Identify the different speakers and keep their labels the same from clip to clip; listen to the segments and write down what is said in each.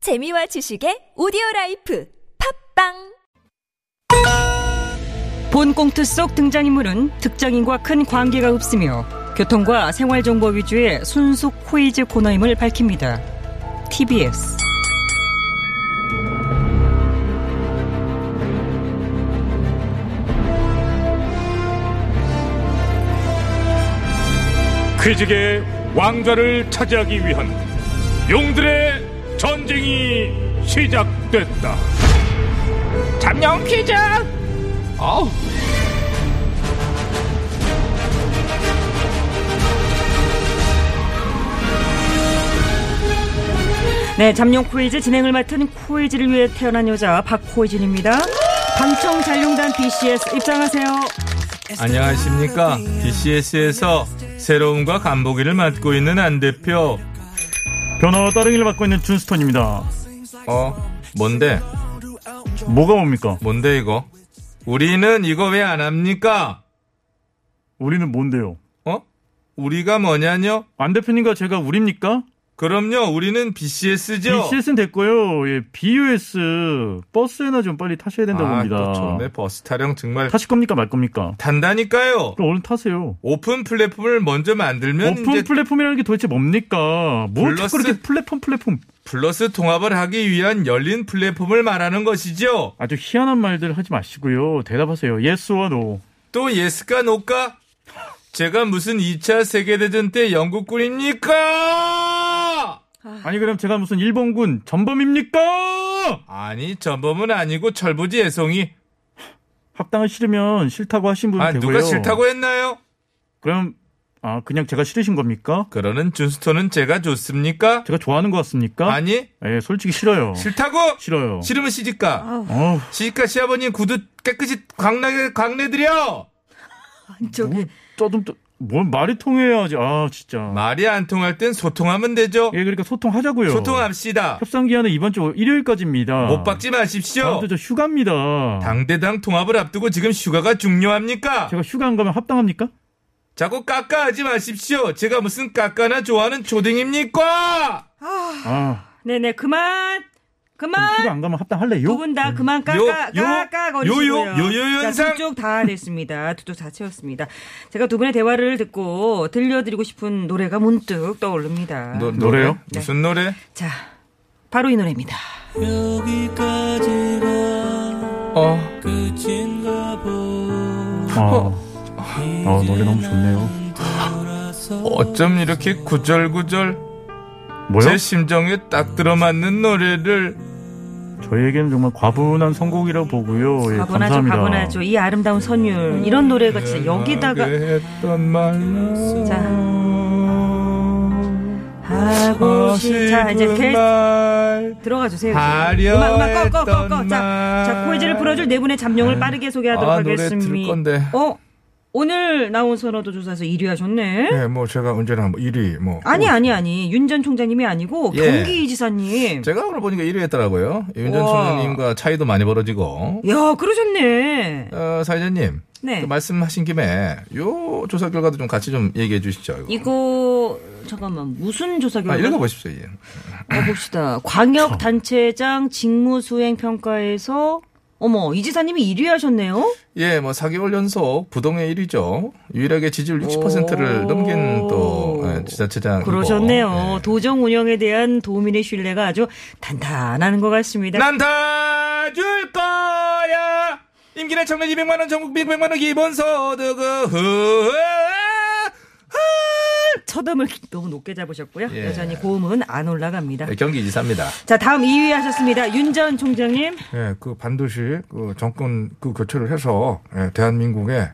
Speaker 1: 재미와 지식의 오디오 라이프 팝빵
Speaker 2: 본 꽁트 속 등장인물은 특정인과 큰 관계가 없으며 교통과 생활정보 위주의 순수 코이즈 코너임을 밝힙니다. TBS
Speaker 3: 퀴즈계의 왕좌를 차지하기 위한 용들의 전쟁이 시작됐다. 잠룡 퀴즈! 아우.
Speaker 2: 네, 잠룡 코이즈 진행을 맡은 코이즈를 위해 태어난 여자 박코이진입니다. 방청 잔룡단 BCS 입장하세요.
Speaker 4: 안녕하십니까. BCS에서 새로움과 간보기를 맡고 있는 안 대표.
Speaker 5: 변화와 따릉이를 맡고 있는 준스톤입니다.
Speaker 4: 어, 뭔데?
Speaker 5: 뭐가 뭡니까?
Speaker 4: 뭔데 이거? 우리는 이거 왜 안 합니까?
Speaker 5: 우리는 뭔데요?
Speaker 4: 어? 우리가 뭐냐뇨?
Speaker 5: 안 대표님과 제가 우리입니까?
Speaker 4: 그럼요, 우리는 BCS죠.
Speaker 5: BCS는 됐고요. 예, BUS 버스에나 좀 빨리 타셔야 된다고
Speaker 4: 아,
Speaker 5: 합니다.
Speaker 4: 또 처음에 버스 타령 정말
Speaker 5: 타실 겁니까 말 겁니까?
Speaker 4: 단다니까요.
Speaker 5: 그럼 얼른 타세요.
Speaker 4: 오픈 플랫폼을 먼저 만들면
Speaker 5: 오픈
Speaker 4: 이제
Speaker 5: 플랫폼이라는 게 도대체 뭡니까? 뭘 자꾸
Speaker 4: 블러스-
Speaker 5: 그렇게 플랫폼 플랫폼
Speaker 4: 플러스 통합을 하기 위한 열린 플랫폼을 말하는 것이죠.
Speaker 5: 아주 희한한 말들 하지 마시고요. 대답하세요. 예스와 노.
Speaker 4: 또 예스까 노까? 제가 무슨 2차 세계대전 때 영국군입니까?
Speaker 5: 아니 그럼 제가 무슨 일본군 전범입니까?
Speaker 4: 아니 전범은 아니고 철부지 애송이
Speaker 5: 합당을 싫으면 싫다고 하신 분
Speaker 4: 아
Speaker 5: 되고요.
Speaker 4: 누가 싫다고 했나요?
Speaker 5: 그럼 아 그냥 제가 싫으신 겁니까?
Speaker 4: 그러는 준스톤은 제가 좋습니까?
Speaker 5: 제가 좋아하는 것 같습니까?
Speaker 4: 아니
Speaker 5: 예, 솔직히 싫어요.
Speaker 4: 싫다고?
Speaker 5: 싫어요.
Speaker 4: 싫으면 시집가
Speaker 5: 어,
Speaker 4: 시집가 시아버님 구두 깨끗이 광나게 광내드려
Speaker 5: 뭐, 떠듬, 떠, 뭘 말이 통해야지. 아, 진짜.
Speaker 4: 말이 안 통할 땐 소통하면 되죠
Speaker 5: 예, 그러니까 소통하자고요.
Speaker 4: 소통합시다
Speaker 5: 협상 기한은 이번 주 일요일까지입니다.
Speaker 4: 못 박지 마십시오
Speaker 5: 다음 주 저 휴가입니다.
Speaker 4: 당대당 통합을 앞두고 지금 휴가가 중요합니까?
Speaker 5: 제가 휴가 안 가면 합당합니까?
Speaker 4: 자꾸 까까하지 마십시오 제가 무슨 까까나 좋아하는 초딩입니까?
Speaker 5: 아,
Speaker 2: 네네, 그만!
Speaker 5: 휴가
Speaker 2: 그만!
Speaker 5: 안 가면 합당할래요? 네.
Speaker 2: 두 분 다 그만
Speaker 4: 요,
Speaker 2: 까까,
Speaker 4: 요,
Speaker 2: 까까 거리시고요.
Speaker 4: 요요, 요요 현상.
Speaker 2: 두쪽 다 됐습니다. 두 쪽 다 채웠습니다. 제가 두 분의 대화를 듣고 들려드리고 싶은 노래가 문득 떠오릅니다.
Speaker 4: 노-
Speaker 5: 노래요?
Speaker 2: 네.
Speaker 4: 무슨 노래?
Speaker 2: 자, 바로 이 노래입니다.
Speaker 4: 어
Speaker 5: 아, 어, 노래 너무 좋네요.
Speaker 4: 어쩜 이렇게 구절구절
Speaker 5: 뭐요?
Speaker 4: 제 심정에 딱 들어맞는 노래를
Speaker 5: 저희에게는 정말 과분한 선곡이라고
Speaker 4: 네,
Speaker 5: 보고요. 예,
Speaker 2: 과분하죠,
Speaker 5: 감사합니다.
Speaker 2: 과분하죠. 이 아름다운 선율. 이런 노래가
Speaker 4: 네,
Speaker 2: 진짜 여기다가.
Speaker 4: 연하게 했던 말로
Speaker 2: 자. 하고 싶. 자, 이제
Speaker 4: 하시는
Speaker 2: 게
Speaker 4: 말
Speaker 2: 들어가 주세요.
Speaker 4: 하려
Speaker 2: 음악, 음악 꺼, 꺼, 꺼, 꺼.
Speaker 4: 했던
Speaker 2: 자, 자,
Speaker 4: 말.
Speaker 2: 코이즈를 풀어줄 네 분의 잠룡을 빠르게 소개하도록
Speaker 4: 아, 노래
Speaker 2: 하겠습니다.
Speaker 4: 들을 건데.
Speaker 2: 어? 오늘 나온 선호도 조사에서 1위 하셨네?
Speaker 4: 네, 뭐 제가 언제나 뭐 1위 뭐
Speaker 2: 아니, 아니, 아니. 윤 전 총장님이 아니고
Speaker 4: 예.
Speaker 2: 경기지사님.
Speaker 4: 제가 오늘 보니까 1위 했더라고요 윤전
Speaker 2: 우와.
Speaker 4: 총장님과 차이도 많이 벌어지고
Speaker 2: 야, 그러셨네.
Speaker 4: 어, 사회자님
Speaker 2: 네.
Speaker 4: 그 말씀하신 김에 요 조사 결과도 좀 같이 좀 얘기해 주시죠
Speaker 2: 이거 잠깐만 무슨 조사 결과?
Speaker 4: 아, 읽어보십시오 이제
Speaker 2: 봅시다. 광역 단체장 직무 수행 평가에서 어머 이 지사님이 1위 하셨네요.
Speaker 4: 예, 뭐 4개월 연속 부동의 1위죠. 유일하게 지지율 60%를
Speaker 2: 오.
Speaker 4: 넘긴 또 예, 지자체장.
Speaker 2: 그러셨네요. 도정 운영에 대한 도민의 신뢰가 아주 단단한 것 같습니다.
Speaker 4: 예. 난다 줄 거야. 임기내 청년 200만 원, 전국 100만 원 기본 소득.
Speaker 2: 첫음을 너무 높게 잡으셨고요.
Speaker 4: 예.
Speaker 2: 여전히 고음은 안 올라갑니다.
Speaker 4: 네, 경기지사입니다.
Speaker 2: 자 다음 2위 하셨습니다. 윤 전 총장님.
Speaker 6: 예, 그 반드시 그 정권 그 교체를 해서 예, 대한민국에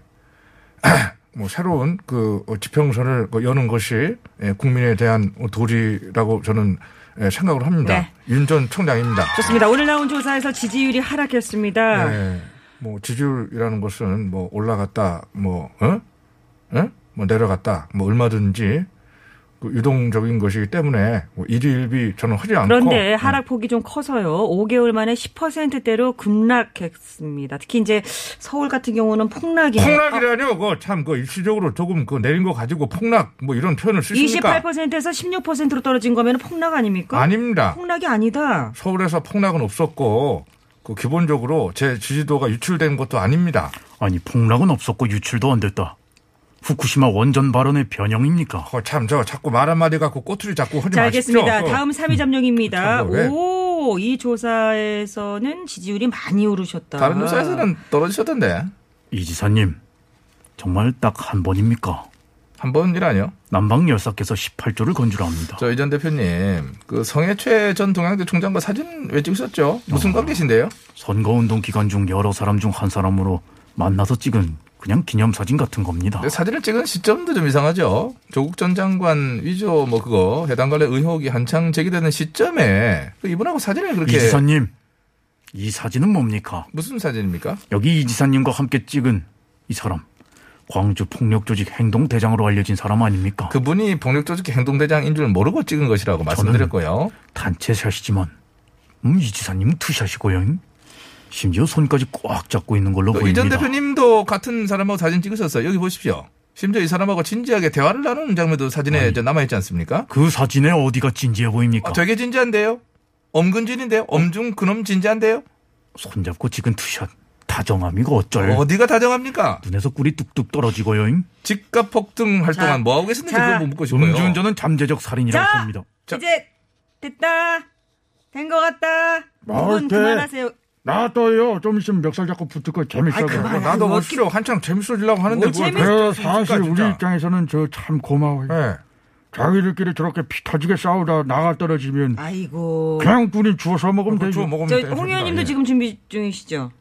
Speaker 6: 뭐 새로운 그 어, 지평선을 그 여는 것이 예, 국민에 대한 어, 도리라고 저는 예, 생각을 합니다.
Speaker 2: 네.
Speaker 6: 윤 전 총장입니다.
Speaker 2: 좋습니다. 오늘 나온 조사에서 지지율이 하락했습니다.
Speaker 6: 예, 뭐 지지율이라는 것은 뭐 올라갔다 뭐 어? 어? 뭐 내려갔다 뭐 얼마든지
Speaker 4: 그 유동적인 것이기 때문에 뭐 일일비 저는 하지 않고
Speaker 2: 그런데
Speaker 4: 예.
Speaker 2: 하락폭이 좀 커서요. 5개월 만에 10%대로 급락했습니다. 특히 이제 서울 같은 경우는 폭락이
Speaker 4: 폭락이라뇨? 그거 참, 그 일시적으로 조금 그 내린 거 가지고 폭락 뭐 이런 표현을 쓰십니까?
Speaker 2: 28%에서 16%로 떨어진 거면 폭락 아닙니까?
Speaker 4: 아닙니다.
Speaker 2: 폭락이 아니다.
Speaker 4: 서울에서 폭락은 없었고 그 기본적으로 제 지지도가 유출된 것도 아닙니다.
Speaker 5: 아니 폭락은 없었고 유출도 안 됐다. 후쿠시마 원전 발언의 변형입니까?
Speaker 4: 그거 참, 저 자꾸 말 한마디 갖고 꼬투리 잡고 하지
Speaker 2: 자,
Speaker 4: 마십시오.
Speaker 2: 알겠습니다.
Speaker 4: 그거.
Speaker 2: 다음 3위 점령입니다.
Speaker 4: 음, 참, 왜?
Speaker 2: 오, 이 조사에서는 지지율이 많이 오르셨다.
Speaker 4: 다른 회사에서는 떨어지셨던데.
Speaker 5: 이 지사님 정말 딱 한 번입니까?
Speaker 4: 한 번일 아니요?
Speaker 5: 남방 열사께서 18조를 건주라 합니다.
Speaker 4: 저 이전 대표님, 그 성해최 전 동양대 총장과 사진 왜 찍으셨죠? 무슨 관계신데요?
Speaker 5: 선거운동 기간 중 여러 사람 중 한 사람으로 만나서 찍은 그냥 기념사진 같은 겁니다.
Speaker 4: 근데 네, 사진을 찍은 시점도 좀 이상하죠. 조국 전 장관 위조 뭐 그거 해당 관련 의혹이 한창 제기되는 시점에 그 이분하고 사진을 그렇게
Speaker 5: 이 지사님 이 사진은 뭡니까?
Speaker 4: 무슨 사진입니까?
Speaker 5: 여기 이 지사님과 함께 찍은 이 사람 광주 폭력 조직 행동 대장으로 알려진 사람 아닙니까?
Speaker 4: 그분이 폭력조직 행동대장인 줄 모르고 찍은 것이라고 말씀드렸고요.
Speaker 5: 단체 샷이지만 음, 이 지사님은 투샷이고요. 심지어 손까지 꽉 잡고 있는 걸로
Speaker 4: 그 이 전
Speaker 5: 보입니다.
Speaker 4: 대표님도 같은 사람하고 사진 찍으셨어요. 여기 보십시오. 심지어 이 사람하고 진지하게 대화를 나누는 장면도 사진에 이제 남아있지 않습니까?
Speaker 5: 그 사진에 어디가 진지해 보입니까?
Speaker 4: 아, 되게 진지한데요? 엄근진인데요? 엄중 그놈 진지한데요?
Speaker 5: 손잡고 찍은 투샷 다정함이고 그 어쩔
Speaker 4: 어디가 다정합니까?
Speaker 5: 눈에서 꿀이 뚝뚝 떨어지고요.
Speaker 4: 집값 폭등
Speaker 2: 자,
Speaker 4: 활동한 뭐하고 계시는지
Speaker 2: 자,
Speaker 4: 그거 뭐 묻고 싶어요.
Speaker 5: 음주운전은 잠재적 살인이라고
Speaker 2: 자!
Speaker 5: 봅니다.
Speaker 4: 자.
Speaker 2: 이제 됐다. 된 것 같다. 두분
Speaker 7: 돼.
Speaker 2: 그만하세요.
Speaker 7: 나도요 좀 있으면 멱살 잡고 붙을 거 재밌어.
Speaker 2: 아이, 그만.
Speaker 7: 요
Speaker 4: 아, 나도 멋있어. 한창 재밌어지려고 하는데
Speaker 2: 뭘
Speaker 4: 그걸
Speaker 2: 재밌-
Speaker 7: 그
Speaker 4: 그럴 수
Speaker 7: 사실
Speaker 4: 있을까,
Speaker 7: 우리
Speaker 4: 진짜.
Speaker 7: 입장에서는 저 참 고마워요.
Speaker 4: 예.
Speaker 7: 자기들끼리 저렇게 피 터지게 싸우다 나가 떨어지면
Speaker 2: 아이고.
Speaker 7: 그냥 군인 주워 서 먹으면
Speaker 4: 뭐. 그거
Speaker 7: 되죠.
Speaker 4: 주워 먹으면
Speaker 2: 저
Speaker 4: 되는
Speaker 2: 홍
Speaker 4: 소리다,
Speaker 2: 의원님도
Speaker 4: 예.
Speaker 2: 지금 준비 중이시죠?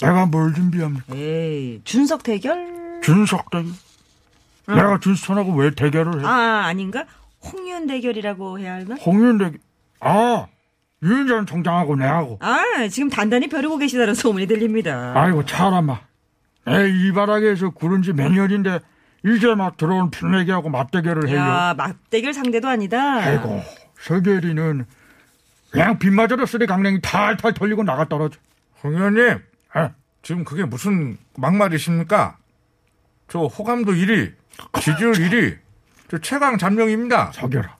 Speaker 7: 내가 뭘 준비합니까?
Speaker 2: 에이, 준석 대결?
Speaker 7: 준석 대결. 내가 준수하고 왜 대결을 해?
Speaker 2: 아, 아닌가? 홍윤 대결이라고 해야 하나?
Speaker 7: 홍윤 대결. 아 유윤전 총장하고 내하고.
Speaker 2: 아, 지금 단단히 벼르고 계시다는 소문이 들립니다.
Speaker 7: 아이고 차라마. 에이 이 바닥에서 구른 지 몇 년인데 이제 막 들어온 분내기하고 맞대결을 해요.
Speaker 2: 야, 맞대결 상대도 아니다.
Speaker 7: 아이고 설계리는 그냥 빗마저도 쓰리 강냉이 탈탈 털리고 나가 떨어져.
Speaker 4: 홍 의원님 아,
Speaker 7: 예.
Speaker 4: 지금 그게 무슨 막말이십니까? 저 호감도 1위, 지지율 1위, 저 최강 잠룡입니다.
Speaker 7: 저겨라.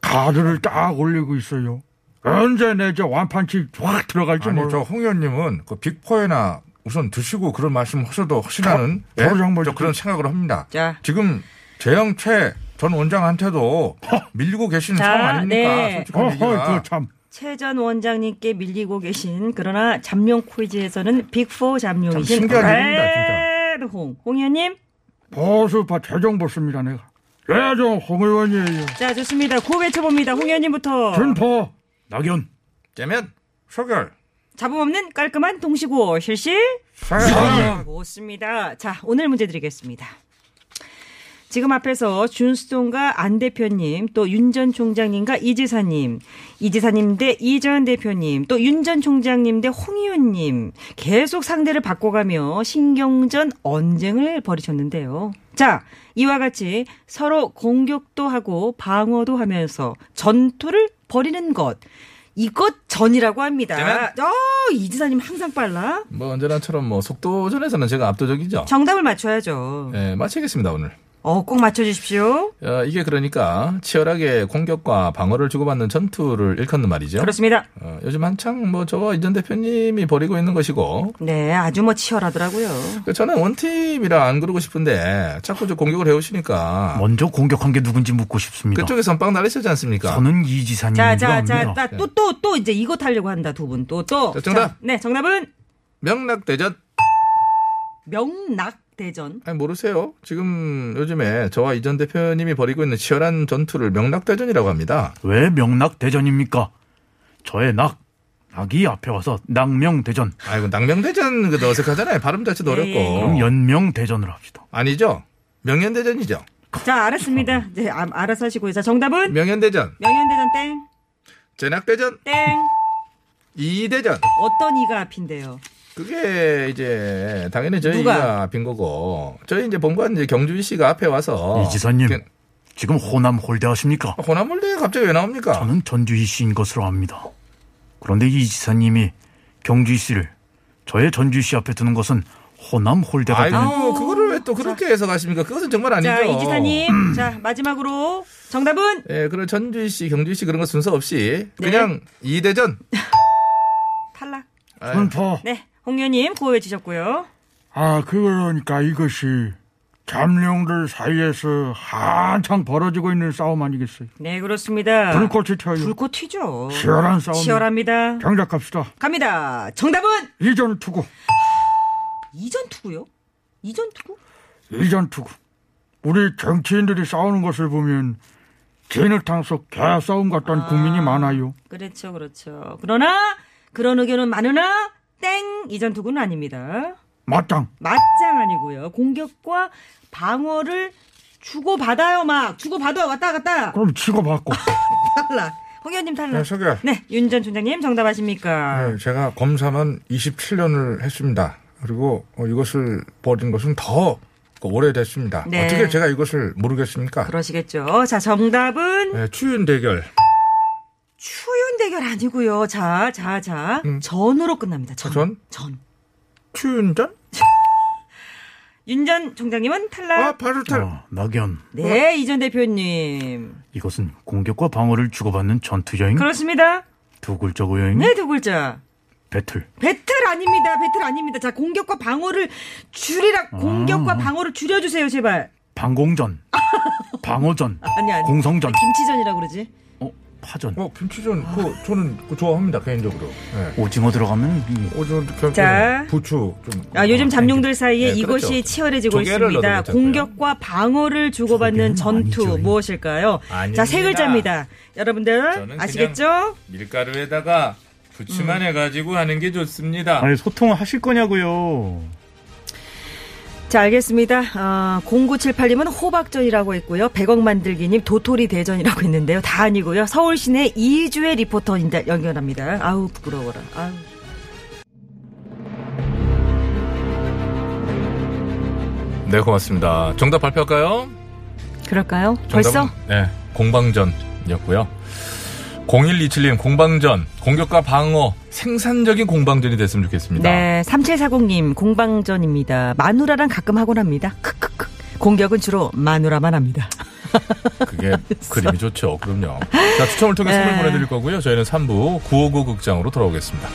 Speaker 7: 가드를 딱 올리고 있어요. 언제 내저 완판치 확 들어갈지
Speaker 4: 아니
Speaker 7: 몰라.
Speaker 4: 저 홍 의원님은 그 빅포에나 우선 드시고 그런 말씀 하셔도 하시라는 예?
Speaker 7: 저- 저도 정말
Speaker 4: 저 그런 생각을 합니다.
Speaker 2: 자.
Speaker 4: 지금 재영최 전 원장한테도 밀리고 계시는
Speaker 2: 자,
Speaker 4: 상황 아닙니까?
Speaker 2: 네.
Speaker 4: 솔직한 얘기가.
Speaker 7: 어허, 그참
Speaker 2: 최 전 원장님께 밀리고 계신 그러나 잠룡 퀴즈에서는 빅4
Speaker 4: 참
Speaker 2: 잠룡이신
Speaker 4: 신기한 일입니다, 진짜.
Speaker 2: 배홍 홍 의원님
Speaker 7: 보수파 최종 보수입니다 내가. 최종 홍 의원이에요.
Speaker 2: 자 좋습니다 고 외쳐봅니다 홍 의원님부터
Speaker 7: 준포
Speaker 5: 낙연
Speaker 4: 면 소결.
Speaker 2: 잡음 없는 깔끔한 동시고 실실
Speaker 4: 네. 사연.
Speaker 2: 좋습니다 네. 자 오늘 문제 드리겠습니다 지금 앞에서 준수동과 안 대표님 또 윤 전 총장님과 이 지사님 이 지사님 대 이 전 대표님 또 윤 전 총장님 대 홍 의원님 계속 상대를 바꿔가며 신경전 언쟁을 벌이셨는데요. 자 이와 같이 서로 공격도 하고 방어도 하면서 전투를 벌이는 것 이것 전이라고 합니다. 어이 지사님 항상 빨라.
Speaker 4: 뭐 언제나처럼 뭐 속도전에서는 제가 압도적이죠.
Speaker 2: 정답을 맞춰야죠.
Speaker 4: 예, 마치겠습니다 오늘.
Speaker 2: 어 꼭 맞춰주십시오.
Speaker 4: 어, 이게 그러니까 치열하게 공격과 방어를 주고받는 전투를 일컫는 말이죠.
Speaker 2: 그렇습니다.
Speaker 4: 어, 요즘 한창 뭐 저와 이전 대표님이 벌이고 있는 것이고
Speaker 2: 네, 아주 뭐 치열하더라고요.
Speaker 4: 그 저는 원팀이라 안 그러고 싶은데 자꾸 저 공격을 해오시니까
Speaker 5: 먼저 공격한 게 누군지 묻고 싶습니다.
Speaker 4: 그쪽에 선빵 날리시지 않습니까?
Speaker 5: 저는 이 지사님입니다.
Speaker 2: 자, 자, 자, 자, 또, 또, 또 이제 이거 타려고 한다, 두 분. 또, 또.
Speaker 4: 자, 정답.
Speaker 2: 자, 네, 정답은
Speaker 4: 명락대전
Speaker 2: 명락대전.
Speaker 4: 아니 모르세요? 지금 요즘에 저와 이전 대표님이 벌이고 있는 치열한 전투를 명락대전이라고 합니다.
Speaker 5: 왜 명락 대전입니까? 저의 낙 낙이 앞에 와서 낙명 대전
Speaker 4: 아이고 낭명대전 그 어색하잖아요. 발음 자체도
Speaker 5: 예, 그럼
Speaker 4: 어렵고
Speaker 5: 연명 대전을 합시다.
Speaker 4: 아니죠? 명현대전이죠.
Speaker 2: 자, 알았습니다. 이제 아, 알아서 하시고요. 자, 정답은
Speaker 4: 네. 명현대전,
Speaker 2: 명현대전 땡,
Speaker 4: 제낙대전,
Speaker 2: 땡.
Speaker 4: 이대전.
Speaker 2: 어떤 이가 앞인데요?
Speaker 4: 그게 이제 당연히
Speaker 2: 누가?
Speaker 4: 저희가 빈 거고 저희 이제 본관 이제 경주희 씨가 앞에 와서
Speaker 5: 이 지사님
Speaker 4: 경-
Speaker 5: 지금 호남 홀대하십니까?
Speaker 4: 호남물대 갑자기 왜 나옵니까?
Speaker 5: 저는 전주희 씨인 것으로 압니다. 그런데 이 지사님이 경주희 씨를 저의 전주희 씨 앞에 두는 것은 호남 홀대가
Speaker 4: 아이고
Speaker 5: 되는
Speaker 4: 그거를 왜 또 그렇게 해서 가십니까? 그것은 정말 아니죠.
Speaker 2: 자, 이지사님. 자, 마지막으로 정답은
Speaker 4: 예, 그런 전주희 씨, 경주희 씨 그런 거 순서 없이 그냥
Speaker 2: 네.
Speaker 4: 이대전
Speaker 2: 탈락.
Speaker 7: 분포.
Speaker 2: 네. 홍의님 구호 외치셨고요.
Speaker 7: 아, 그러니까 이것이 잠룡들 사이에서 한창 벌어지고 있는 싸움 아니겠어요?
Speaker 2: 네, 그렇습니다.
Speaker 7: 불꽃이 튀어요.
Speaker 2: 불꽃 튀죠.
Speaker 7: 치열한 싸움.
Speaker 2: 치열합니다.
Speaker 7: 경작 갑시다.
Speaker 2: 갑니다. 정답은
Speaker 7: 이전 투구.
Speaker 2: 이전 투구요. 이전 투구?
Speaker 7: 이전 투구. 우리 정치인들이 싸우는 것을 보면 진흙탕 속 개싸움 같던 국민이 많아요.
Speaker 2: 그렇죠, 그렇죠. 그러나 그런 의견은 많으나 땡 이전 투구는 아닙니다.
Speaker 7: 마땅.
Speaker 2: 맞짱 아니고요. 공격과 방어를 주고 받아요, 막 주고 받아 왔다 갔다.
Speaker 7: 그럼 치고받고.
Speaker 5: 어,
Speaker 2: 탈락. 홍의원님
Speaker 4: 네,
Speaker 2: 탈락.
Speaker 4: 소개.
Speaker 2: 네, 윤 전 총장님 정답 아십니까?
Speaker 4: 네, 제가 검사만 27년을 했습니다. 그리고 어, 이것을 벌인 것은 더그 오래됐습니다.
Speaker 2: 네.
Speaker 4: 어떻게 제가 이것을 모르겠습니까?
Speaker 2: 그러시겠죠. 자, 정답은
Speaker 8: 예,
Speaker 4: 네, 추윤 대결.
Speaker 2: 추윤 대결 아니고요. 자, 자, 자.
Speaker 4: 음. 아,
Speaker 2: 전으로 끝납니다. 전.
Speaker 4: 전?
Speaker 2: 전.
Speaker 4: 추윤전?
Speaker 2: 윤 전 총장님은 탈락.
Speaker 4: 아, 바로 탈.
Speaker 5: 어, 낙연
Speaker 2: 네, 이 전 대표님.
Speaker 4: 음.
Speaker 5: 이것은 공격과 방어를 주고받는 전투 여행
Speaker 2: 그렇습니다.
Speaker 5: 두 글자고 여행
Speaker 2: 네, 두 글자.
Speaker 5: 배틀
Speaker 2: 배틀 아닙니다. 배틀 아닙니다. 자, 공격과 방어를 줄이라. 공격과 방어를 줄여주세요, 제발.
Speaker 5: 방공전 방어전
Speaker 2: 아니, 아니.
Speaker 5: 공성전
Speaker 2: 김치전이라고 그러지.
Speaker 5: 어, 파전
Speaker 4: 어, 김치전, 그, 저는 그거 좋아합니다, 개인적으로.
Speaker 8: 예.
Speaker 4: 네.
Speaker 5: 오징어 들어가면 음,
Speaker 4: 오징어, 겨-
Speaker 2: 자.
Speaker 4: 부추 좀.
Speaker 2: 아, 요즘 잠룡들 사이에
Speaker 4: 네,
Speaker 2: 이것이
Speaker 4: 그렇죠.
Speaker 2: 치열해지고
Speaker 4: 조개를
Speaker 2: 있습니다.
Speaker 4: 얻어먹자고요.
Speaker 2: 공격과 방어를 주고받는
Speaker 5: 조개는
Speaker 2: 전투
Speaker 5: 아니죠.
Speaker 2: 무엇일까요? 자, 세
Speaker 8: 아닙니다.
Speaker 2: 글자입니다. 여러분들
Speaker 8: 저는
Speaker 2: 아시겠죠?
Speaker 8: 밀가루에다가 부추만
Speaker 2: 음.
Speaker 8: 해가지고 하는 게 좋습니다.
Speaker 5: 아니 소통하실 거냐고요
Speaker 2: 자, 알겠습니다. 아, 0978님은 호박전이라고 했고요. 100억 만들기님 도토리 대전이라고 했는데요. 다 아니고요. 서울 시내 이주의 리포터 인자 연결합니다. 아우, 부끄러워라. 아우.
Speaker 8: 네, 고맙습니다. 정답 발표할까요?
Speaker 2: 그럴까요? 벌써?
Speaker 8: 정답은, 네, 공방전이었고요. 0127님, 공방전. 공격과 방어. 생산적인 공방전이 됐으면 좋겠습니다.
Speaker 2: 네, 3740님 공방전입니다. 마누라랑 가끔 하곤 합니다. 크크크. 공격은 주로 마누라만 합니다.
Speaker 8: 그게 그림이 좋죠. 그럼요. 자, 추첨을 통해 선물
Speaker 2: 네.
Speaker 8: 보내드릴 거고요. 저희는 3부 959 극장으로 돌아오겠습니다.